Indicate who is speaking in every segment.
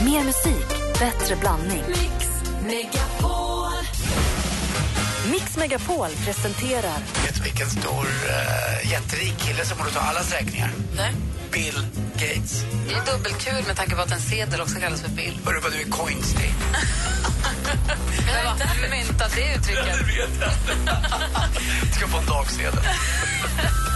Speaker 1: Mer musik, bättre blandning.
Speaker 2: Mix Megapol.
Speaker 1: Mix Megapol presenterar
Speaker 3: Vet du vilken stor eh, jätterik kille som borde ta allas räkningar?
Speaker 2: Nej,
Speaker 3: Bill Gates.
Speaker 2: det är dubbelkul med tanke på att en sedel också kallas för bild.
Speaker 3: Hörru vad du är coinstig.
Speaker 2: Men vad har myntat det uttrycket?
Speaker 3: Ska få en dagsedel.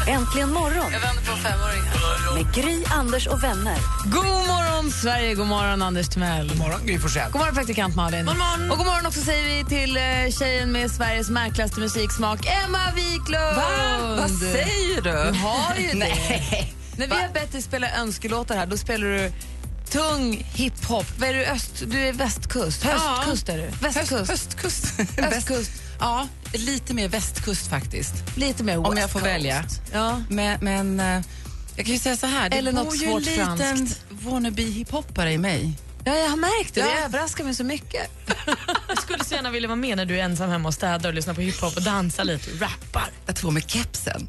Speaker 1: Äntligen morgon
Speaker 2: Jag vänder på femåringar.
Speaker 1: med Gry, Anders och vänner.
Speaker 4: God morgon, Sverige! God morgon, Anders Timell.
Speaker 3: God morgon Gry Forssell.
Speaker 4: God morgon, praktikant Malin.
Speaker 2: God morgon.
Speaker 4: Och god morgon också säger vi till eh, tjejen med Sveriges märkligaste musiksmak, Emma Wiklund!
Speaker 5: Vad säger
Speaker 4: Du
Speaker 5: du?
Speaker 4: har ju det.
Speaker 5: Nej.
Speaker 4: När vi har bett dig spela önskelåtar här, då spelar du tung hiphop. Vad är du? Öst? Du är västkust? Höstkust är du? Västkust?
Speaker 5: Höst, höstkust.
Speaker 4: Östkust?
Speaker 5: Ja, lite mer västkust faktiskt.
Speaker 4: Lite mer
Speaker 5: Om jag
Speaker 4: West
Speaker 5: får
Speaker 4: Coast.
Speaker 5: välja.
Speaker 4: Ja.
Speaker 5: Men, men eh, jag kan ju säga så här. Det
Speaker 4: Eller
Speaker 5: bor
Speaker 4: något
Speaker 5: ju
Speaker 4: svårt
Speaker 5: en liten
Speaker 4: franskt.
Speaker 5: wannabe hiphoppare i mig.
Speaker 4: ja, jag har märkt det.
Speaker 5: Ja.
Speaker 4: Det överraskar mig så mycket.
Speaker 6: Jag skulle så gärna vilja vara med när du är ensam hemma och städar och lyssnar på hiphop och dansar lite och rappar.
Speaker 5: Jag tror med kepsen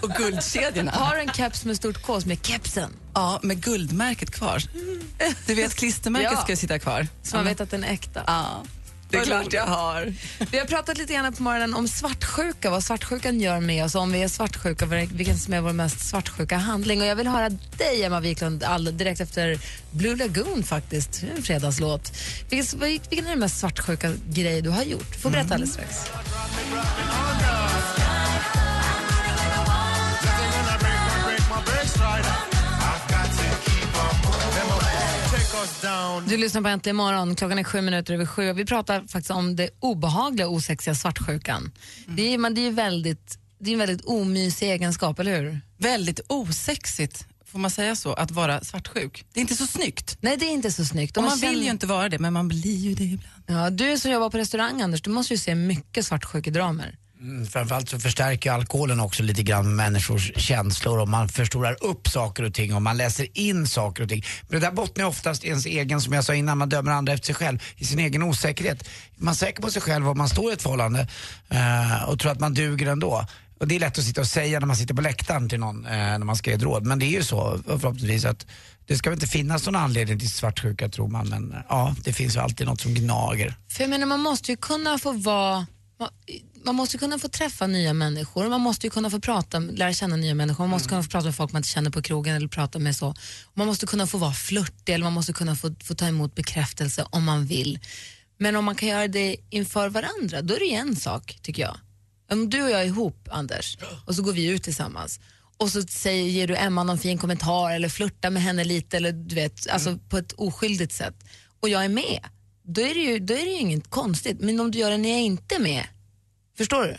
Speaker 5: och guldkedjorna.
Speaker 4: Har du en keps med stort K som är kepsen?
Speaker 5: Ja, med guldmärket kvar. Du vet, klistermärket
Speaker 4: Ja.
Speaker 5: ska sitta kvar.
Speaker 4: Så man vet att den är äkta.
Speaker 5: Mm. Ja, det är
Speaker 4: Vad
Speaker 5: klart
Speaker 4: roligt.
Speaker 5: jag har.
Speaker 4: Vi har pratat lite grann på morgonen om svartsjuka, vad svartsjukan gör med oss, om vi är svartsjuka, vilken som är vår mest svartsjuka handling. Och jag vill höra dig, Emma Wiklund, all, direkt efter Blue Lagoon faktiskt, en fredagslåt. Vilken, vad- vilken är den mest svartsjuka grej du har gjort? Får berätta alldeles strax. Du lyssnar på Äntligen morgon. Klockan är sju minuter över sju. och Vi pratar faktiskt om det obehagliga, osexiga svartsjukan.
Speaker 5: Mm.
Speaker 4: Det är ju men det är ju väldigt, det är en väldigt omysig egenskap, eller hur?
Speaker 5: Väldigt osexigt, får man säga så, att vara svartsjuk. Det är inte så snyggt.
Speaker 4: Nej, det är inte så snyggt. Och
Speaker 5: Och man
Speaker 4: känner-
Speaker 5: vill ju inte vara det, men man blir ju det ibland.
Speaker 4: Ja, du som jobbar på restaurang, Anders, du måste ju se mycket svartsjukedramer.
Speaker 3: Mm, framförallt så förstärker ju alkoholen också lite grann människors känslor och man förstorar upp saker och ting och man läser in saker och ting. Men det där bottnar ju oftast i ens egen, som jag sa innan, man dömer andra efter sig själv, i sin egen osäkerhet. Är Man är säker på sig själv och man står i ett förhållande eh, och tror att man duger ändå. Och det är lätt att sitta och säga när man sitter på läktaren till någon eh, när man ska ge ett råd. Men det är ju så förhoppningsvis att det ska väl inte finnas någon anledning till svartsjuka tror man. Men eh, ja, det finns ju alltid något som gnager.
Speaker 4: För jag menar, man måste ju kunna få vara... Man, man måste ju kunna få träffa nya människor, man måste ju kunna få prata, lära känna nya människor, man måste kunna få prata med folk man inte känner på krogen eller prata med så. Man måste kunna få vara flörtig eller man måste kunna få, få ta emot bekräftelse om man vill. Men om man kan göra det inför varandra, då är det ju en sak, tycker jag. Om du och jag är ihop, Anders, och så går vi ut tillsammans och så säger, ger du Emma någon fin kommentar eller flörtar med henne lite eller du vet, alltså
Speaker 5: Mm.
Speaker 4: på ett oskyldigt sätt och jag är med, då är, det ju, då är det ju inget konstigt. Men om du gör det när jag inte är med, förstår du?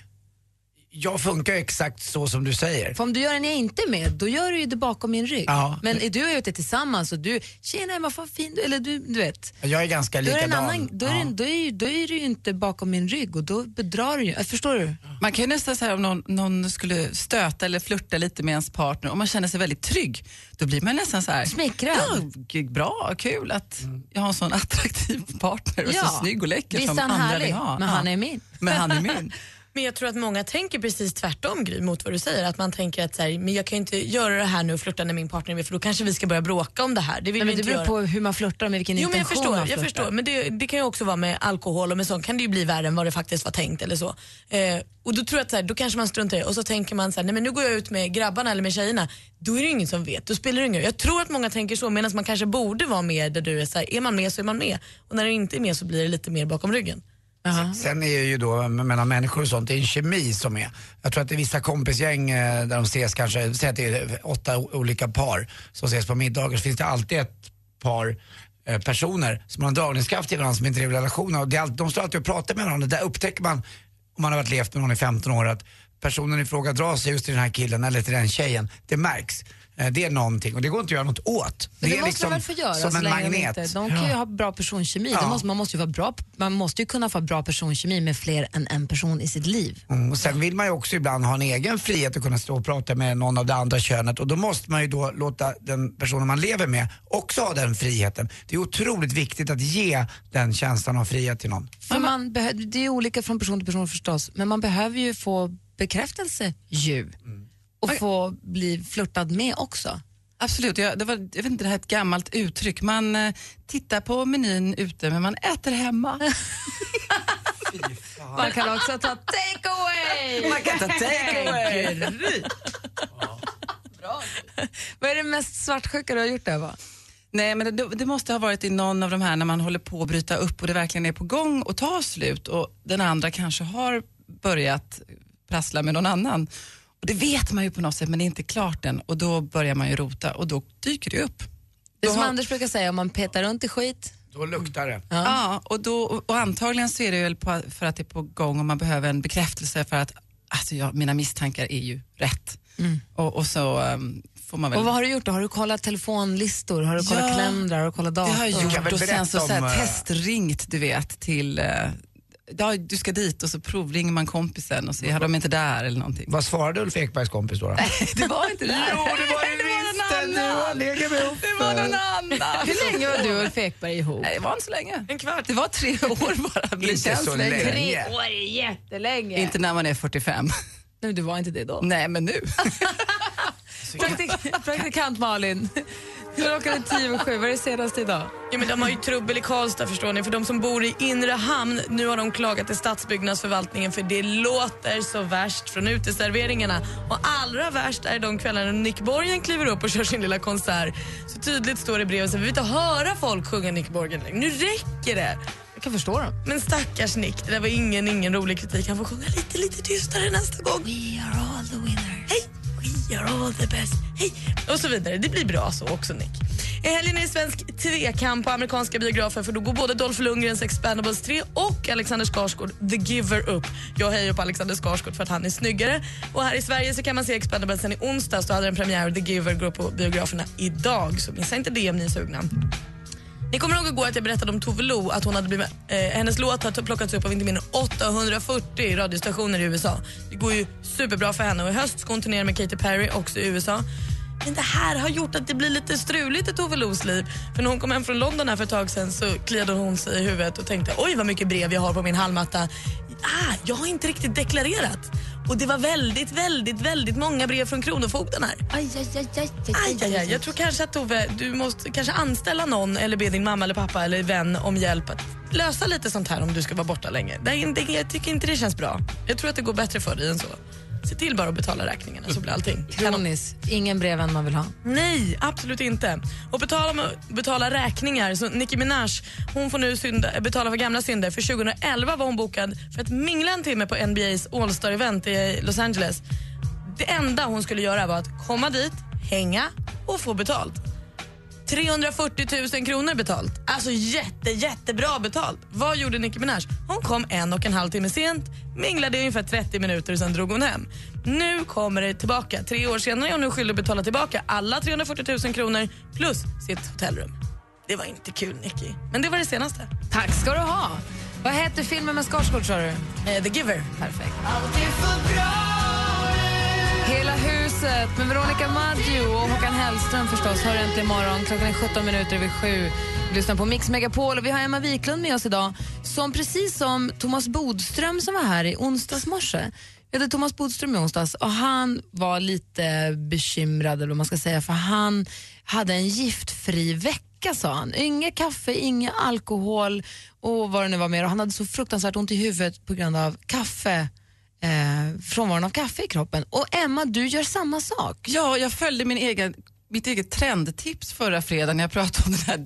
Speaker 3: Jag funkar ju exakt så som du säger.
Speaker 4: För om du gör det när jag inte är med, då gör du ju det bakom min rygg.
Speaker 3: Ja.
Speaker 4: Men är du och jag ute tillsammans och du, tjena Emma, vad fin du eller du, du vet.
Speaker 3: Jag är ganska
Speaker 4: Då är, det
Speaker 3: likadan.
Speaker 4: en annan, då, är det,
Speaker 3: Ja.
Speaker 4: en- då, är, ju- då är det ju inte bakom min rygg och då bedrar du ju. Äh, Förstår du?
Speaker 5: Man kan ju nästan säga om någon, någon skulle stöta eller flirta lite med ens partner och man känner sig väldigt trygg, då blir man nästan så här...
Speaker 4: Smickrad.
Speaker 5: Ja, g- bra, kul att jag har en sån attraktiv partner och så snygg och läcker
Speaker 4: Visst
Speaker 5: som
Speaker 4: är han
Speaker 5: andra
Speaker 4: härlig,
Speaker 5: vill ha.
Speaker 4: men
Speaker 5: Ja.
Speaker 4: han är min.
Speaker 5: Men han är min.
Speaker 6: Men jag tror att många tänker precis tvärtom Gry mot vad du säger. Att man tänker att så här, men jag kan ju inte göra det här nu och flirta när min partner är med för då kanske vi ska börja bråka om det här. Det vill
Speaker 4: Nej, men
Speaker 6: vi
Speaker 4: det
Speaker 6: inte
Speaker 4: beror
Speaker 6: göra.
Speaker 4: på hur man flörtar och med vilken
Speaker 6: Jo men jag
Speaker 4: intention
Speaker 6: förstår,
Speaker 4: man
Speaker 6: jag
Speaker 4: flörtar.
Speaker 6: förstår. Men det, det kan ju också vara med alkohol och med sånt kan det ju bli värre än vad det faktiskt var tänkt eller så. Eh, och då tror jag att så här, då kanske man struntar i det och så tänker man så här, nej men nu går jag ut med grabbarna eller med tjejerna. Då är det ju ingen som vet, då spelar det ingen roll. Jag tror att många tänker så medan man kanske borde vara med där du är så här, är man med så är man med. Och när du inte är med så blir det lite mer bakom ryggen.
Speaker 4: Jaha.
Speaker 3: Sen är ju då mellan människor och sånt, det är en kemi som är. Jag tror att det är vissa kompisgäng eh, där de ses kanske, säg att det är åtta o- olika par som ses på middagar så finns det alltid ett par eh, personer som har en dragningskraft till varandra som inte är i relationer. Och det är alltid, de står alltid och pratar med varandra. Där upptäcker man, om man har varit levt med någon i 15 år, att personen i fråga drar sig just till den här killen eller till den tjejen. Det märks. Eh, Det är någonting och det går inte att göra något åt.
Speaker 4: Men det, liksom
Speaker 3: är liksom
Speaker 4: måste de väl få göra
Speaker 3: som
Speaker 4: så
Speaker 3: en
Speaker 4: länge de
Speaker 3: magnet.
Speaker 4: Inte. De kan ju ha bra personkemi.
Speaker 3: Ja.
Speaker 4: Det måste, man, måste ju vara bra, man måste ju kunna få bra personkemi med fler än en person i sitt liv.
Speaker 3: Mm, och sen vill man ju också ibland ha en egen frihet att kunna stå och prata med någon av det andra könet och då måste man ju då låta den personen man lever med också ha den friheten. Det är otroligt viktigt att ge den känslan av frihet till någon.
Speaker 4: För man behö- det är ju olika från person till person förstås, men man behöver ju Mm. få bekräftelse ju. Och få bli flörtad med också.
Speaker 5: Absolut, jag, det var, jag vet inte, det här är ett gammalt uttryck. Man eh, tittar på menyn ute men man äter hemma.
Speaker 4: Man kan också ta take away.
Speaker 5: Man kan ta take away.
Speaker 4: Vad är det mest svartsjuka du har gjort där? Va?
Speaker 5: Nej, men det, det måste ha varit i någon av de här när man håller på att bryta upp och det verkligen är på gång och tar slut och den andra kanske har börjat prassla med någon annan. Och det vet man ju på något sätt men det är inte klart än och då börjar man ju rota och då dyker det upp.
Speaker 4: Det är
Speaker 5: Då
Speaker 4: som
Speaker 5: har-
Speaker 4: Anders brukar säga, om man petar runt i skit.
Speaker 3: Då luktar det.
Speaker 5: Ja, och, då, och antagligen så är det väl på, för att det är på gång och man behöver en bekräftelse för att alltså jag, mina misstankar är ju rätt. Och, och så ehm, får man väl...
Speaker 4: Mm. Och vad har du gjort då? Har du kollat telefonlistor? Har du kollat
Speaker 5: Ja.
Speaker 4: kalendrar? Har du kollat
Speaker 5: Det
Speaker 4: dator?
Speaker 5: har jag
Speaker 3: kan
Speaker 5: gjort
Speaker 3: väl
Speaker 5: och sen
Speaker 3: berätta
Speaker 5: så, så här,
Speaker 3: om, eh,
Speaker 5: testringt du vet till, eh, ja, du ska dit och så provringer man kompisen och ser, har de inte där eller någonting.
Speaker 3: Vad svarade Ulf Ekbergs kompis då? då?
Speaker 5: Det var inte där.
Speaker 3: Jo, det var det
Speaker 5: var
Speaker 3: visst!
Speaker 5: någon
Speaker 3: Du har
Speaker 5: annan.
Speaker 3: legat med Uffe.
Speaker 5: Det var någon annan.
Speaker 4: Hur länge var du och Ulf Ekberg ihop?
Speaker 5: Nej, det var inte så länge. En kvart. Det var tre år bara. Det
Speaker 3: Inte
Speaker 5: känns
Speaker 3: så
Speaker 5: längre.
Speaker 3: länge.
Speaker 4: Tre år är jättelänge.
Speaker 5: Inte när man är 45.
Speaker 4: Nej, du var inte det då.
Speaker 5: Nej, men nu.
Speaker 4: Praktik- praktikant Malin, klockan är tio och sju. Vad är det senaste idag?
Speaker 6: Ja, men de har ju trubbel i Karlstad förstår ni, för de som bor i inre hamn, nu har de klagat till stadsbyggnadsförvaltningen för det låter så värst från uteserveringarna. Och allra värst är de kvällar när Nick Borgen kliver upp och kör sin lilla konsert. Så tydligt står det i brevet, så vi vill inte höra folk sjunga Nick Borgen längre. Nu räcker det!
Speaker 4: Jag kan förstå dem.
Speaker 6: Men stackars Nick, det där var ingen, ingen rolig kritik. Han får sjunga lite, lite tystare nästa gång. We are all the winners. Hej! We are all the best. Hej! Och så vidare. Det blir bra så också, Nick. I helgen är det svensk tvekamp på amerikanska biografer för då går både Dolph Lundgrens Expendables 3 och Alexander Skarsgård The Giver upp. Jag hejar på Alexander Skarsgård för att han är snyggare. Och här i Sverige så kan man se Expendables sen i onsdags. Då hade den premiär och The Giver går upp på biograferna idag. Så missa inte det om ni är sugna. Ni kommer ihåg igår att jag berättade om Tove Lo, att hon hade blivit, eh, hennes låt har plockats upp av inte mindre än 840 radiostationer i USA. Det går ju superbra för henne och i höst ska hon turnera med Katy Perry också i USA. Men det här har gjort att det blir lite struligt i Tove Los liv. För när hon kom hem från London här för ett tag sedan så kliade hon sig i huvudet och tänkte oj vad mycket brev jag har på min hallmatta. Ah, jag har inte riktigt deklarerat. Och det var väldigt, väldigt, väldigt många brev från Kronofogden här. Aj, aj, aj. Jag tror kanske att Tove, du måste kanske anställa någon eller be din mamma eller pappa eller vän om hjälp att lösa lite sånt här om du ska vara borta länge. Det, är- det, jag tycker inte det känns bra. Jag tror att det går bättre för dig än så. Se till bara att betala räkningarna så blir allting kanon.
Speaker 4: Kronis, ingen breven man vill ha.
Speaker 6: Nej, absolut inte. Och på tal om att betala räkningar, så Nicki Minaj hon får nu synda, betala för gamla synder. För 2011 var hon bokad för att mingla en timme på NBAs All Star-event i Los Angeles. Det enda hon skulle göra var att komma dit, hänga och få betalt. 340 000 kronor betalt. Alltså jätte, jättebra betalt. Vad gjorde Nicki Minaj? Hon kom en och en halv timme sent, minglade i ungefär 30 minuter och sen drog hon hem. Nu kommer det tillbaka. Tre år senare är hon nu skyldig att betala tillbaka alla 340 000 kronor plus sitt hotellrum. Det var inte kul, Nicki. Men det var det senaste.
Speaker 4: Tack ska du ha. Vad heter filmen med Skarsgård sa du?
Speaker 6: Eh, The Giver.
Speaker 4: Perfekt. Hela huset med Veronica Maggio och Håkan Hellström förstås. Hör äntligen imorgon. Klockan är 17 minuter över sju. Vi lyssnar på Mix Megapol och vi har Emma Wiklund med oss idag som precis som Thomas Bodström som var här i onsdags morse. Vi hade Thomas Bodström i onsdags och han var lite bekymrad eller vad man ska säga för han hade en giftfri vecka sa han. Inget kaffe, ingen alkohol och vad det nu var mer. Och han hade så fruktansvärt ont i huvudet på grund av kaffe eh, frånvaron av kaffe i kroppen. Och Emma, du gör samma sak.
Speaker 5: Ja, jag följde min egen, mitt eget trendtips förra fredagen när jag pratade om den här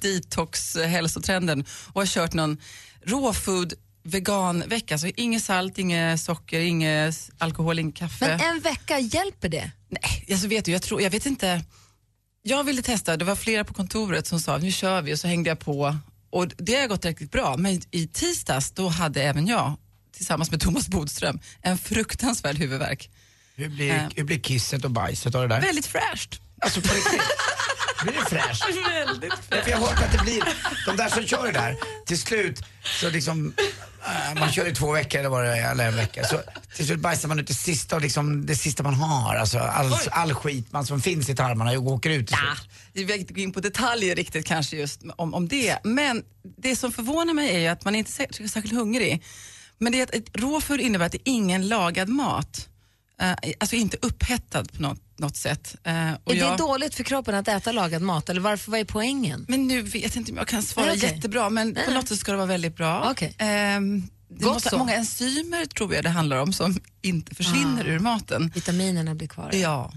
Speaker 5: detox-hälsotrenden och har kört någon råfood veganvecka, så inget salt, inget socker, inget s- alkohol, inget kaffe.
Speaker 4: Men en vecka, hjälper det?
Speaker 5: Nej, alltså vet du, jag, tror, jag vet inte. Jag ville testa, det var flera på kontoret som sa nu kör vi och så hängde jag på och det har gått riktigt bra. Men i tisdags då hade även jag tillsammans med Thomas Bodström en fruktansvärd huvudvärk.
Speaker 3: Hur blir, hur blir kisset och bajset av det där?
Speaker 5: Väldigt fräscht.
Speaker 3: Alltså på riktigt. Blir det fräscht? För jag har hört att det blir, de där som kör det där, till slut så liksom, eh, man kör i två veckor eller vad det är, eller en vecka. Så till slut bajsar man ut det sista, och liksom, det sista man har. Alltså all, all skit man, som finns i tarmarna och åker ut till
Speaker 5: Ja,
Speaker 3: slut.
Speaker 5: vi vill inte gå in på detaljer riktigt kanske just om, om det. Men det som förvånar mig är ju att man inte är sä- särskilt hungrig. Men det är att ett råför innebär att det är ingen lagad mat. Eh, alltså inte upphettad på något något sätt. Eh, och
Speaker 4: Är det
Speaker 5: jag-
Speaker 4: dåligt för kroppen att äta lagad mat eller varför, vad är poängen?
Speaker 5: Men nu vet jag inte om jag kan svara
Speaker 4: Nej, okej.
Speaker 5: jättebra, men på något sätt ska det vara väldigt bra.
Speaker 4: Okej.
Speaker 5: Ehm, det
Speaker 4: Gott
Speaker 5: måste,
Speaker 4: så.
Speaker 5: många enzymer tror jag det handlar om som inte försvinner
Speaker 4: Ah.
Speaker 5: ur maten.
Speaker 4: Vitaminerna blir kvar.
Speaker 5: Ja.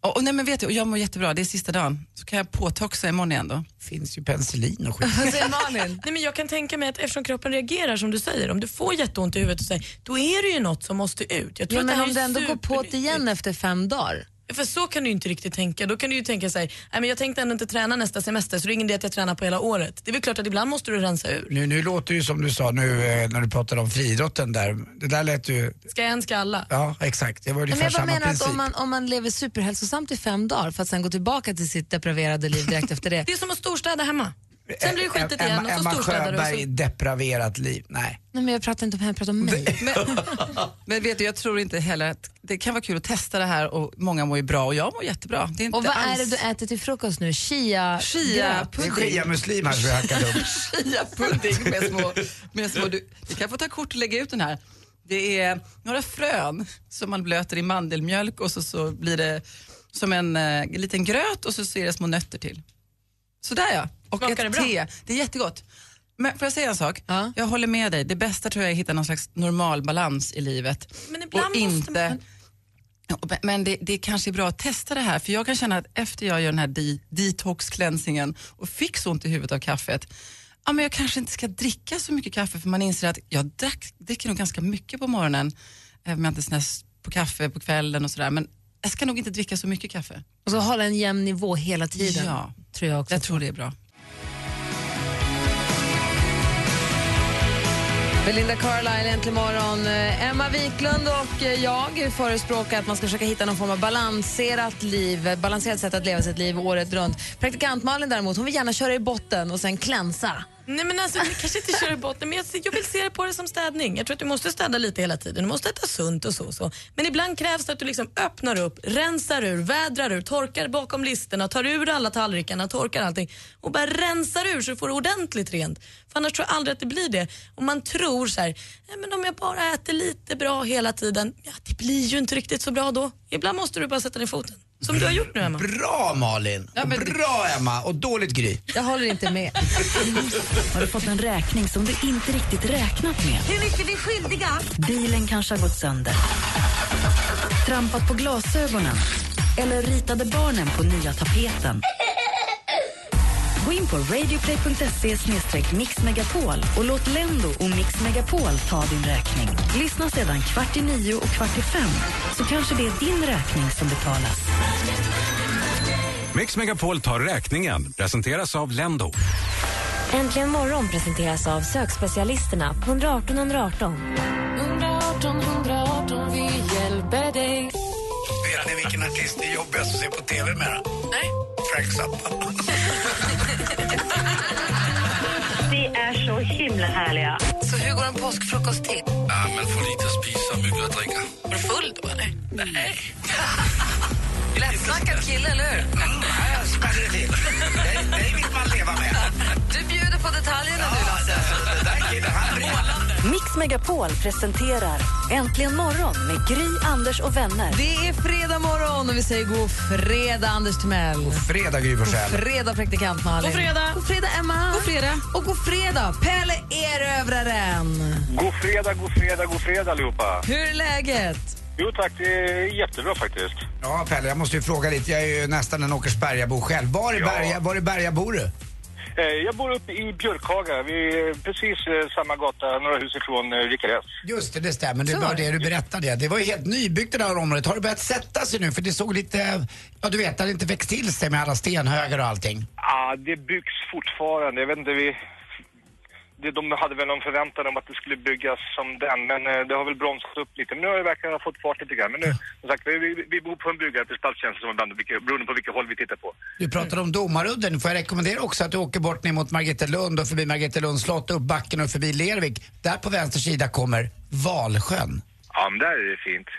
Speaker 5: Och, och, nej, men vet du, och jag mår jättebra, det är sista dagen. Så kan jag påtoxa imorgon igen då.
Speaker 3: finns ju penicillin och skit.
Speaker 4: Vad säger Alltså, Malin?
Speaker 6: Nej, men jag kan tänka mig att eftersom kroppen reagerar som du säger, om du får jätteont i huvudet och säger, då är det ju något som måste ut. Jag tror
Speaker 4: Ja,
Speaker 6: att
Speaker 4: men
Speaker 6: här
Speaker 4: om
Speaker 6: är
Speaker 4: du ändå går på det
Speaker 6: supernyttigt.
Speaker 4: igen efter fem dagar.
Speaker 6: För så kan du ju inte riktigt tänka. Då kan du ju tänka så här, nej men jag tänkte ändå inte träna nästa semester så det är ingen idé att jag tränar på hela året. Det är väl klart att ibland måste du rensa ur.
Speaker 3: Nu, nu låter det ju som du sa nu eh, när du pratade om friidrotten där. Det där lät ju,
Speaker 6: Ska en ska alla.
Speaker 3: ja exakt, det var
Speaker 4: Nej,
Speaker 3: ungefär
Speaker 4: men jag bara
Speaker 3: samma
Speaker 4: menar
Speaker 3: princip.
Speaker 4: att om man, om man lever superhälsosamt i fem dagar för att sen gå tillbaka till sitt depraverade liv direkt efter det.
Speaker 6: Det är som att storstäda hemma. Sen blir det skitigt
Speaker 3: Emma,
Speaker 6: igen och så
Speaker 3: Emma
Speaker 6: storstädar du. och
Speaker 3: Sjöberg,
Speaker 6: så-
Speaker 3: depraverat liv. Nej.
Speaker 4: Nej, men jag pratar inte om henne, jag pratar om mig.
Speaker 5: Men, men vet du, jag tror inte heller att det kan vara kul att testa det här och många mår ju bra och jag mår jättebra. Det är inte
Speaker 4: Och vad är
Speaker 5: alls...
Speaker 4: det du äter till frukost nu? Chia?
Speaker 5: Chia
Speaker 3: Det är
Speaker 5: pudding.
Speaker 3: shia-muslim här som jag hackade upp.
Speaker 5: Chia pudding med små, med små du, Vi kan få ta kort och lägga ut den här. Det är några frön som man blöter i mandelmjölk och så, så blir det som en eh, liten gröt och så, så är det små nötter till. Sådär ja. Och
Speaker 6: Smakar det
Speaker 5: ett
Speaker 6: bra?
Speaker 5: te. Det är jättegott. Men får jag säga en sak?
Speaker 4: Ja.
Speaker 5: Jag håller med dig. Det bästa tror jag är att hitta någon slags normal balans i livet.
Speaker 6: Men ibland
Speaker 5: och
Speaker 6: måste
Speaker 5: inte,
Speaker 6: man-
Speaker 5: Ja, och- Men det, det kanske är bra att testa det här, för jag kan känna att efter jag gör den här di, detox-cleansingen och fick så ont i huvudet av kaffet, ja, men jag kanske inte ska dricka så mycket kaffe för man inser att jag drack, dricker nog ganska mycket på morgonen, även om jag inte snäs på kaffe på kvällen och sådär, men jag ska nog inte dricka så mycket kaffe.
Speaker 4: Och så hålla en jämn nivå hela tiden.
Speaker 5: Ja.
Speaker 4: Tror jag också.
Speaker 5: Jag tror det är bra.
Speaker 4: Belinda Carlisle, äntligen morgon. Eh, Emma Wiklund och eh, jag förespråkar att man ska försöka hitta någon form av balanserat liv, eh, balanserat sätt att leva sitt liv året runt. Praktikant Malin däremot, hon vill gärna köra i botten och sen klänsa.
Speaker 6: Nej men alltså vi kanske inte kör i botten men jag, jag vill se det på det som städning. Jag tror att du måste städa lite hela tiden, du måste äta sunt och så. och så. Men ibland krävs det att du liksom öppnar upp, rensar ur, vädrar ur, torkar bakom listerna, tar ur alla tallrikarna, torkar allting och bara rensar ur så du får det ordentligt rent. För annars tror jag aldrig att det blir det. Och man tror så här, nej men om jag bara äter lite bra hela tiden, ja det blir ju inte riktigt så bra då. Ibland måste du bara sätta ner foten. Som du har gjort nu Emma.
Speaker 3: Bra Malin!
Speaker 5: Ja, men-
Speaker 3: Bra Emma! Och dåligt Gry.
Speaker 4: Jag håller inte med.
Speaker 1: Har du fått en räkning som du inte riktigt räknat med?
Speaker 7: Hur mycket är vi skyldiga?
Speaker 1: Bilen kanske har gått sönder. Trampat på glasögonen. Eller ritade barnen på nya tapeten. Gå in på radioplay.se mixmegapol och låt Lendo och Mix Megapol ta din räkning. Lyssna sedan kvart i nio och kvart i fem så kanske det är din räkning som betalas.
Speaker 8: Mix Megapol tar räkningen. Presenteras av Lendo.
Speaker 9: Äntligen morgon presenteras av sökspecialisterna på 118 118.
Speaker 3: Vet ni vilken artist det är jobbigast att se på TV med? Nej. Frank Zappa.
Speaker 7: Vi är så himla härliga.
Speaker 2: Så hur går en påskfrukost till?
Speaker 8: Ja, man får lite att spisa och mycket att dricka.
Speaker 2: Var du full då eller? Nej. Lättsnackad kille, eller hur?
Speaker 3: Ja, smäller det till. Dig- Dig vill man leva med.
Speaker 2: Du bjuder på detaljerna nu Lasse.
Speaker 3: Den där killen, han är
Speaker 1: Mix Megapol presenterar Äntligen morgon med Gry, Anders och vänner.
Speaker 4: Det är fredag morgon och vi säger god fredag Anders Timell.
Speaker 3: Fredag Gry Forssell.
Speaker 4: Fredag praktikant Malin. God fredag. God fredag Emma. God fredag. Och god fredag Pelle Erövraren.
Speaker 10: God fredag, god fredag, god fredag allihopa.
Speaker 4: Hur är läget?
Speaker 10: Jo tack, det är jättebra faktiskt.
Speaker 3: Ja Pelle, jag måste ju fråga lite. Jag är ju nästan en Åkersbergabo själv. Var i,
Speaker 10: Ja.
Speaker 3: Berga, var i Berga bor du?
Speaker 10: Eh, Jag bor uppe i Björkhaga, vi är precis eh, samma gata, några hus ifrån eh, Rickard S.
Speaker 3: Just det, det stämmer. Det
Speaker 4: Så
Speaker 3: var
Speaker 4: var det.
Speaker 3: det du berättade. Det var ju helt nybyggt det här området. Har det börjat sätta sig nu? För det såg lite, ja du vet, det hade inte växt till sig med alla stenhögar och allting.
Speaker 10: Ah, det byggs fortfarande, jag vet inte, vi... Det, de hade väl någon förväntan om att det skulle byggas som den, men eh, det har väl bromsat upp lite. Men nu har det verkligen fått fart lite grann. Men nu, som sagt, vi, vi, vi bor på en byggarbetsplats känns det som ibland, vilka- beroende på vilket håll vi tittar på.
Speaker 3: Du pratade om Domarudden. Får jag rekommendera också att du åker bort ner mot Margretelund och förbi Margretelunds slott, upp backen och förbi Lervik. Där på vänster sida kommer Valsjön.
Speaker 10: Ja, men där är det fint.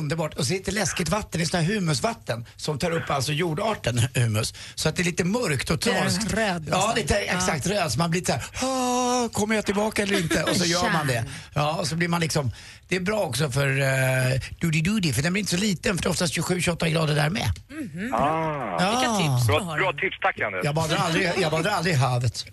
Speaker 3: Underbart. Och så är det lite läskigt vatten, det är sånt här humusvatten som tar upp alltså jordarten humus. Så att det är lite mörkt och
Speaker 4: Det är
Speaker 3: trasigt.
Speaker 4: röd
Speaker 3: Ja,
Speaker 4: nästan.
Speaker 3: lite exakt röd. Så man blir lite så här, "Ah, kommer jag tillbaka eller inte? Och så gör man det. Ja, och så blir man liksom, det är bra också för uh, doody doody för den blir inte så liten för det är oftast 27-28 grader där med.
Speaker 10: Ah.
Speaker 3: Mm. Ja. Vilka tips du
Speaker 10: Bra,
Speaker 3: har.
Speaker 10: bra tips, tack Anders.
Speaker 3: Jag badar aldrig, jag badar aldrig i havet.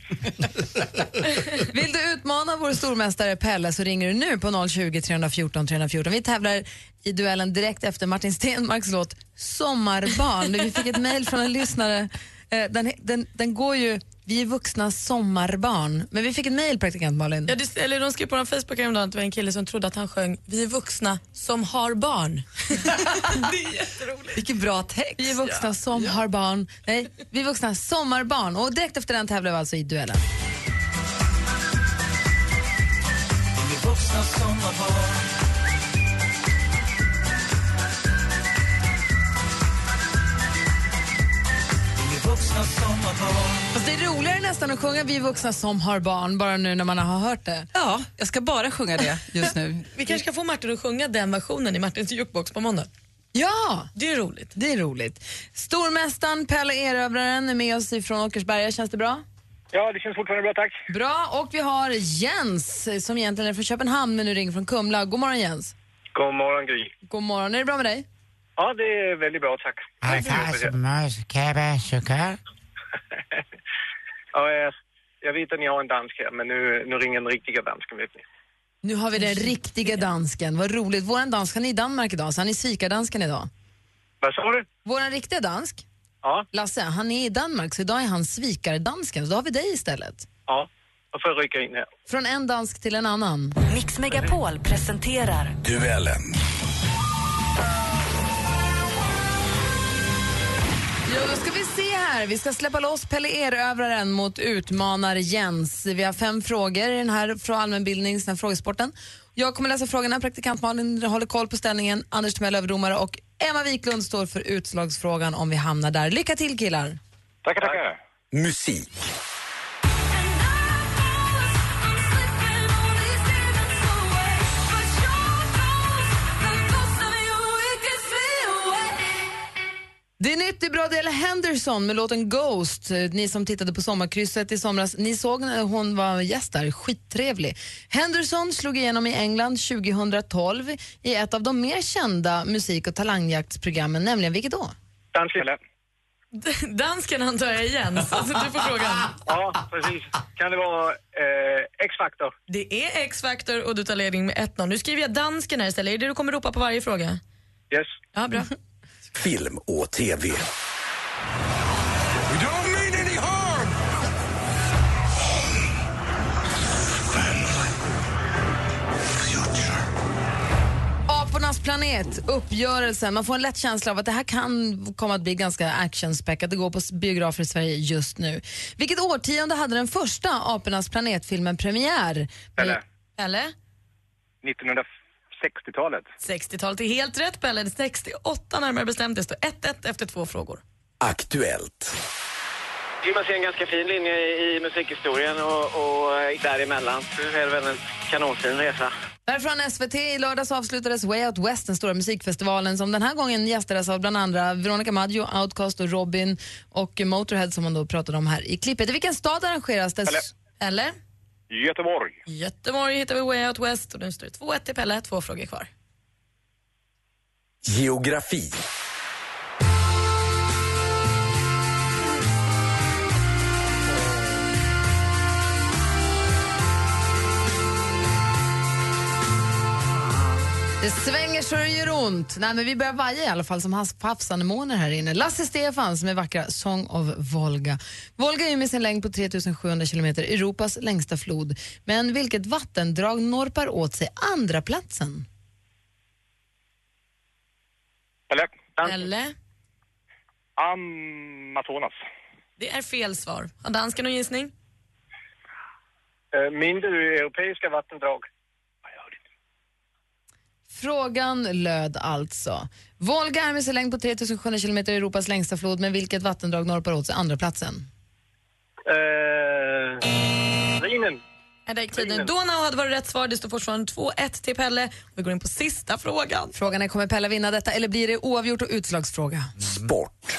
Speaker 4: Vill du utmana vår stormästare Pelle så ringer du nu på 020 314 314. Vi tävlar i duellen direkt efter Martin Stenmarks låt Sommarbarn. Vi fick ett mejl från en lyssnare. Eh, Den, den, den går ju Vi är vuxna sommarbarn. Men vi fick ett mejl, praktikant Malin.
Speaker 6: Ja, det, eller de skrev på vår Facebook häromdagen att det var en kille som trodde att han sjöng Vi är vuxna som har barn.
Speaker 4: Vilken bra text. Vi är vuxna som har barn. Nej, vi är vuxna sommarbarn. Och direkt efter den tävlar vi alltså i duellen. Fast det är roligare nästan att sjunga Vi är vuxna som har barn, bara nu när man har hört det.
Speaker 5: Ja, jag ska bara sjunga det just nu.
Speaker 6: Vi kanske kan få Martin att sjunga den versionen i Martins jukebox på måndag.
Speaker 4: Ja!
Speaker 6: Det är roligt.
Speaker 4: Det är roligt. Stormästaren Pelle Erövraren är med oss ifrån Åkersberga. Känns det bra?
Speaker 10: Ja, det känns fortfarande bra, tack.
Speaker 4: Bra. Och vi har Jens som egentligen är från Köpenhamn men nu ringer från Kumla. God morgon Jens.
Speaker 10: God morgon, Gry.
Speaker 4: God morgon. Är det bra med dig?
Speaker 10: Ja, det är väldigt bra, tack. Ja, jag, jag vet att ni har en dansk här, men nu, nu ringer den riktiga dansken, vet ni.
Speaker 4: Nu har vi den riktiga dansken. Vad roligt. Vår dansk, han är i Danmark idag så han är svikarsdansken idag.
Speaker 10: Vad sa du?
Speaker 4: Vår riktiga dansk,
Speaker 10: Ja,
Speaker 4: Lasse, han är i Danmark så idag är han svikardansken. Så då har vi dig istället.
Speaker 10: ja. Då får jag rycka in här.
Speaker 4: Från en dansk till en annan.
Speaker 1: Mix Megapol presenterar
Speaker 8: Duellen.
Speaker 4: Ja, då ska vi se här. Vi ska släppa loss Pelle Erövraren mot utmanare Jens. Vi har fem frågor i den här från allmänbildnings, den här frågesporten. Jag kommer läsa frågorna, praktikant Malin håller koll på ställningen, Anders Timell överdomare och Emma Wiklund står för utslagsfrågan om vi hamnar där. Lycka till killar!
Speaker 10: Tackar, tackar.
Speaker 8: Musik.
Speaker 4: Det är nytt, det är bra. Det är Henderson med låten Ghost. Eh, Ni som tittade på Sommarkrysset i somras, ni såg när hon var gäst där. Skittrevlig. Henderson slog igenom i England 2012 i ett av de mer kända musik och talangjaktsprogrammen, nämligen vilket då?
Speaker 10: Dansk eller?
Speaker 6: Dansken antar jag igen, så du får frågan.
Speaker 10: Ja, precis. Kan det vara eh, X-Factor?
Speaker 6: Det är X-Factor och du tar ledning med 1-0. Nu skriver jag dansken här istället. Är det det du kommer ropa på varje fråga?
Speaker 10: Yes.
Speaker 6: Ja, bra.
Speaker 8: Film och TV.
Speaker 4: Apornas planet, uppgörelsen. Man får en lätt känsla av att det här kan komma att bli ganska actionspäckat. Det går på biografer i Sverige just nu. Vilket årtionde hade den första Apornas planetfilmen premiär?
Speaker 10: Pelle.
Speaker 6: Pelle?
Speaker 10: 1960-talet.
Speaker 6: 60-talet är helt rätt Pelle. 68 närmare bestämt. Det står 1-1 efter två frågor.
Speaker 8: Aktuellt.
Speaker 11: Det är man ser en ganska fin linje i, i musikhistorien och, och eh, däremellan. Det är väl en kanonfin resa.
Speaker 4: Därifrån SVT i lördags avslutades Way Out West, den stora musikfestivalen som den här gången gästades av bland andra Veronica Maggio, Outcast och Robin och Motorhead som man då pratade om här i klippet. I vilken stad arrangeras det?
Speaker 10: Pelle.
Speaker 6: Eller?
Speaker 10: Göteborg.
Speaker 6: Göteborg hittar vi Way Out West och nu står det 2-1 till Pelle. Två frågor kvar.
Speaker 8: Geografi.
Speaker 4: Det svänger så det gör ont. Nej, men vi börjar vaja i alla fall som hans havsanemoner här inne. Lasse Stefans med vackra Song of Volga. Volga är ju med sin längd på 3700 kilometer Europas längsta flod. Men vilket vattendrag norpar åt sig andra platsen?
Speaker 10: Eller?
Speaker 6: Eller?
Speaker 10: Amazonas.
Speaker 6: Det är fel svar. Har dansken någon gissning?
Speaker 10: Eh, mindre europeiska vattendrag. Ja, jag hörde inte.
Speaker 4: Frågan löd alltså. Volga är med sin längd på 3700 kilometer Europas längsta flod, men vilket vattendrag norpar åt sig andra platsen?
Speaker 10: Eh, Rhinen.
Speaker 6: Nej, där gick tiden. Donau hade varit rätt svar. Det står fortfarande 2-1 till Pelle. Vi går in på sista frågan.
Speaker 4: Frågan är, kommer Pelle vinna detta eller blir det oavgjort och utslagsfråga?
Speaker 8: Sport.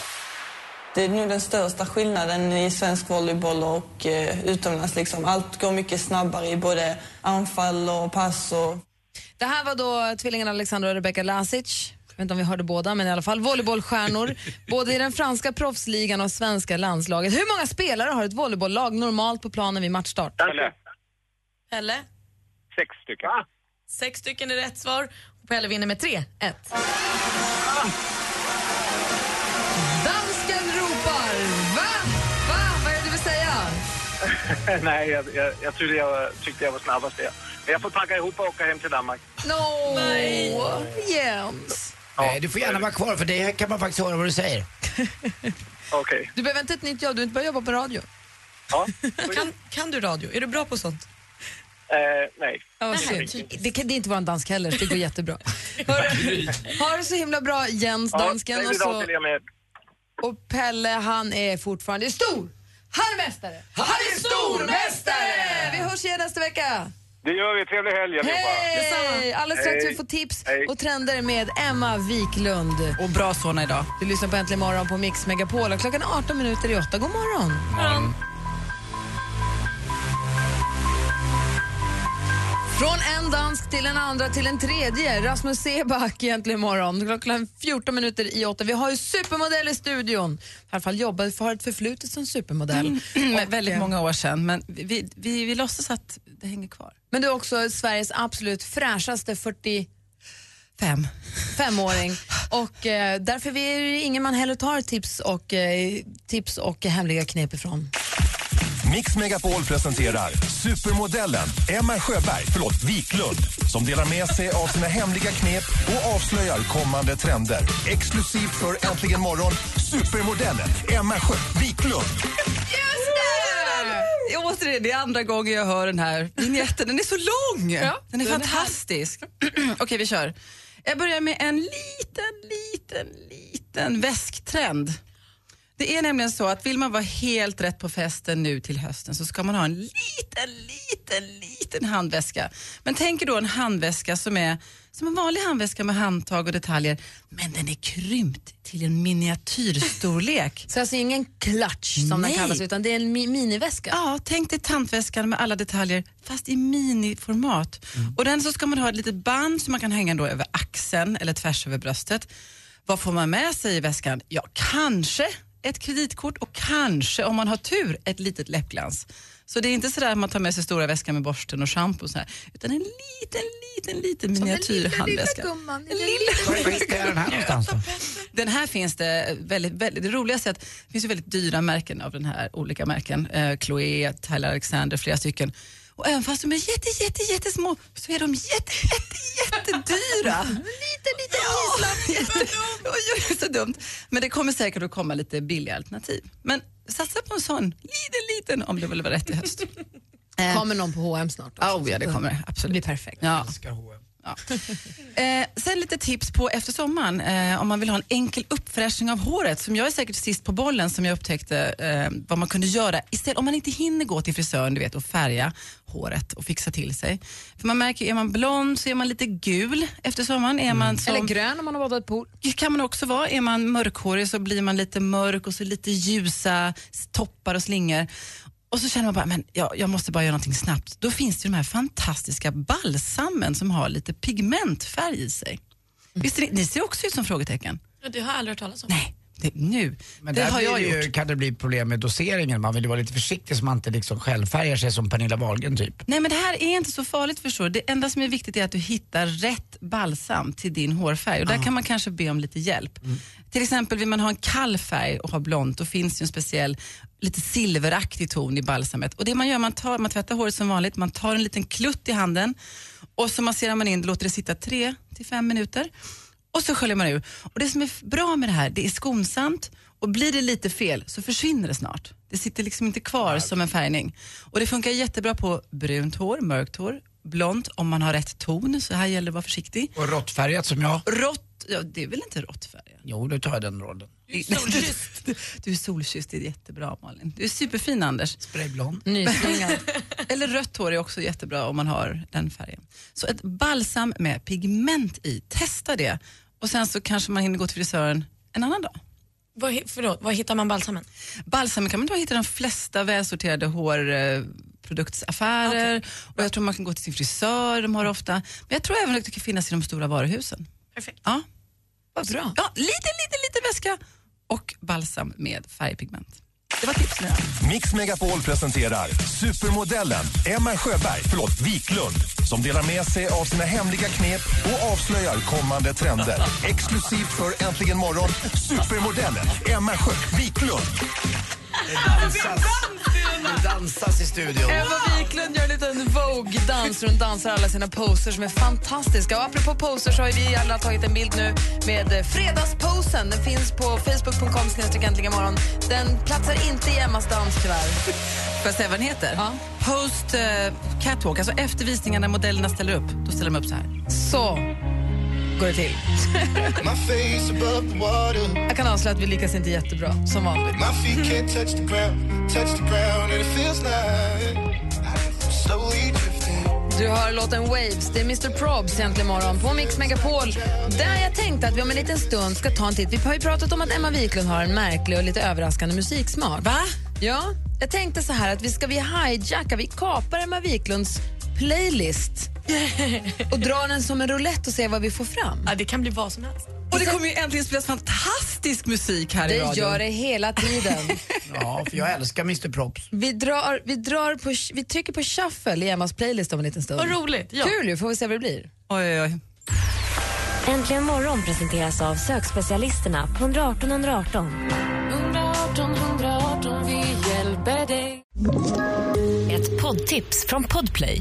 Speaker 12: Det är nog den största skillnaden i svensk volleyboll och eh, utomlands. Liksom. Allt går mycket snabbare i både anfall och pass. Och...
Speaker 4: Det här var då tvillingen Alexandra och Rebecca Lasic. Jag vet inte om vi hörde båda, men i alla fall volleybollstjärnor. både i den franska proffsligan och svenska landslaget. Hur många spelare har ett volleybolllag normalt på planen vid matchstart?
Speaker 10: Pelle,
Speaker 6: Pelle,
Speaker 10: sex stycken.
Speaker 6: sex stycken är rätt svar. Och Pelle vinner med 3-1.
Speaker 4: Dansken ropar va? Va? Vad är det du vill säga?
Speaker 10: Nej, jag, jag, jag, trodde jag tyckte jag var snabbast det. Men jag får packa ihop och åka hem till Danmark.
Speaker 4: No! Nej. Jens.
Speaker 3: Nej, du får gärna vara kvar för det här kan man faktiskt höra vad du säger.
Speaker 10: Okej.
Speaker 4: Du behöver inte ett nytt jobb, du behöver inte börja jobba på radio.
Speaker 10: Ja.
Speaker 6: Kan, kan du radio? Är du bra på sånt?
Speaker 10: Eh, nej.
Speaker 4: Ja, vad synd. typ, det, kan, det är inte vår dansk heller, så det går jättebra. Hör, ha det så himla bra Jens, dansken.
Speaker 10: Ja,
Speaker 4: och,
Speaker 10: säg idag
Speaker 4: så,
Speaker 10: till er med.
Speaker 4: och Pelle, han är fortfarande stor. Han är mästare!
Speaker 10: Han är stormästare!
Speaker 4: Vi hörs igen nästa vecka.
Speaker 10: Det gör vi. Trevlig helg allihopa.
Speaker 4: Hej! Alldeles strax vi får tips och trender med Emma Wiklund.
Speaker 5: Och bra såna idag.
Speaker 4: Du lyssnar på Äntligen morgon på Mix Megapol och klockan är 18 minuter i 8. God morgon! Från en dansk till en andra till en tredje. Rasmus Seback egentligen imorgon. Klockan 14 minuter i åtta. Vi har ju supermodell i studion. I alla fall jobbar för ett förflutet som supermodell. eh,
Speaker 5: Men Mm, väldigt många år sedan, men vi, vi, vi, vi låtsas att det hänger kvar.
Speaker 4: Men du är också Sveriges absolut fräschaste 45
Speaker 5: Fem.
Speaker 4: åring och eh, därför är det ingen man heller tar tips och, eh, tips och hemliga knep ifrån.
Speaker 13: Mix Megapol presenterar supermodellen Emma Sjöberg, förlåt, Wiklund som delar med sig av sina hemliga knep och avslöjar kommande trender. Exklusivt för Äntligen morgon, supermodellen Emma Sjö Wiklund.
Speaker 5: Jag återigen, det är andra gången jag hör den här vignetten. Den är så lång!
Speaker 4: Ja,
Speaker 5: den är
Speaker 4: den är
Speaker 5: fantastisk. Okej, vi kör. Jag börjar med en liten, liten, liten väsktrend. Det är nämligen så att vill man vara helt rätt på festen nu till hösten så ska man ha en liten, liten, liten handväska. Men tänk er då en handväska som är som en vanlig handväska med handtag och detaljer, men den är krympt till en miniatyrstorlek.
Speaker 4: Så alltså ingen klatsch som den
Speaker 5: Nej.
Speaker 4: kallas utan det är en mi- miniväska.
Speaker 5: Ja, tänk dig tantväskan med alla detaljer fast i miniformat. Och den så ska man ha ett litet band som man kan hänga då över axeln eller tvärs över bröstet. Vad får man med sig i väskan? Ja, kanske ett kreditkort och kanske, om man har tur, ett litet läppglans. Så det är inte sådär att man tar med sig stora väskan med borsten och schampo och så här, utan en liten, liten, liten miniatyrhandväska.
Speaker 4: gumman.
Speaker 3: Var hittar jag den här någonstans då?
Speaker 5: Den här finns det väldigt, väldigt, det roligaste är att det finns ju väldigt dyra märken av den här, olika märken. Eh, Chloé, Tyler Alexander, flera stycken. Och även fast de är jätte, jätte, jättesmå så är de jätte, jätte, jättedyra. lite, lite ja, jätte, Oj, oj, så dumt. Men det kommer säkert att komma lite billiga alternativ. Men satsa på en sån, liten, liten, om det vill vara rätt i höst.
Speaker 4: Kommer någon på H&M snart?
Speaker 5: Ja, oh, ja, det kommer absolut.
Speaker 4: Det blir perfekt.
Speaker 5: Ja. Ja. Eh, sen lite tips på efter sommaren eh, om man vill ha en enkel uppfräschning av håret. Som jag är säkert sist på bollen som jag upptäckte eh, vad man kunde göra istället om man inte hinner gå till frisören du vet, och färga håret och fixa till sig. För man märker ju, är man blond så är man lite gul efter sommaren. Är man som,
Speaker 4: Eller grön om man har badat pool.
Speaker 5: kan man också vara. Är man mörkhårig så blir man lite mörk och så lite ljusa s- toppar och slingor. Och så känner man bara, men jag, jag måste bara göra någonting snabbt. Då finns det ju de här fantastiska balsamen som har lite pigmentfärg i sig.
Speaker 3: Mm.
Speaker 5: Visst, är ni, ni ser också ut som frågetecken.
Speaker 6: Ja, det har jag aldrig hört talas om.
Speaker 5: Nej, det, nu.
Speaker 3: Men
Speaker 5: det
Speaker 3: där
Speaker 5: har
Speaker 3: blir
Speaker 5: jag
Speaker 3: det
Speaker 5: gjort.
Speaker 3: ju, kan det bli problem med doseringen. Man vill ju vara lite försiktig så man inte liksom självfärgar sig som Pernilla Wahlgren typ.
Speaker 5: Nej men det här är inte så farligt förstår du. Det enda som är viktigt är att du hittar rätt balsam till din hårfärg och där kan man kanske be om lite hjälp. Till exempel vill man ha en kall färg och ha blont då finns det ju en speciell lite silveraktig ton i balsamet. Och det man gör, man, tar, man tvättar håret som vanligt, man tar en liten klutt i handen och så masserar man in, låter det sitta 3 till 5 minuter och så sköljer man ur. Och det som är f- bra med det här, det är skonsamt och blir det lite fel så försvinner det snart. Det sitter liksom inte kvar som en färgning. Och det funkar jättebra på brunt hår, mörkt hår, blont om man har rätt ton, så här gäller det att vara försiktig.
Speaker 3: Och råttfärgat som jag.
Speaker 5: Rått, ja det är väl inte rått färg?
Speaker 3: Jo, nu tar jag den rollen.
Speaker 5: Du är solkysst. Du är solkysst, det är jättebra Malin. Du är superfin Anders.
Speaker 3: Sprayblond.
Speaker 4: Nyslingad.
Speaker 5: Eller rött hår är också jättebra om man har den färgen. Så ett balsam med pigment i, testa det. Och sen så kanske man hinner gå till frisören en annan dag.
Speaker 6: Vad, he- förlåt, vad hittar man balsamen?
Speaker 5: Balsamen kan man då hitta i de flesta välsorterade hårproduktsaffärer och jag tror man kan gå till sin frisör, de har det ofta. Men jag tror även att det kan finnas i de stora varuhusen.
Speaker 6: Perfekt.
Speaker 5: Ja.
Speaker 4: Vad bra.
Speaker 5: Ja, lite, lite, lite väska och balsam med färgpigment. Det var tipsen idag.
Speaker 13: Mix Megapol presenterar supermodellen Emma Sjöberg, förlåt, Wiklund som delar med sig av sina hemliga knep och avslöjar kommande trender. Exklusivt för Äntligen morgon, supermodellen Emma Sjö Wiklund.
Speaker 3: Dansas. Det dansas i studion.
Speaker 4: Eva Wiklund gör en liten Vogue-dans där hon dansar alla sina poser som är fantastiska. Och apropå poser så har ju vi alla tagit en bild nu med eh, fredagsposen. Den finns på facebook.com snedstreck äntligen morgon. Den platsar inte i Emmas dans tyvärr.
Speaker 5: Får jag säga vad den heter? Post eh, catwalk, alltså efter visningarna när modellerna ställer upp, då ställer de upp så här.
Speaker 4: Så går det till. Jag kan avslöja att vi lyckas inte jättebra, som vanligt. Du hör låten Waves, det är Mr Probs egentligen imorgon på Mix Megapol. Där jag tänkte att vi om en liten stund ska ta en titt. Vi har ju pratat om att Emma Wiklund har en märklig och lite överraskande musiksmak. Va? Ja, jag tänkte så här att vi ska vi hijacka, vi kapar Emma Wiklunds playlist och drar den som en roulette och ser vad vi får fram.
Speaker 6: Ja, det kan bli vad som helst.
Speaker 5: Och det kommer ju äntligen spelas fantastisk musik här i
Speaker 4: Det
Speaker 5: radion.
Speaker 4: gör det hela tiden.
Speaker 3: Ja, för jag älskar Mr Props.
Speaker 4: Vi, drar, vi, drar på, vi trycker på shuffle i Emmas playlist om en liten stund.
Speaker 6: Vad roligt, ja.
Speaker 4: Kul ju, får vi se vad det blir.
Speaker 5: Oj, oj, oj.
Speaker 9: Äntligen morgon presenteras av sökspecialisterna på 118 118.
Speaker 14: 118 118, vi hjälper dig.
Speaker 15: Ett poddtips från Podplay.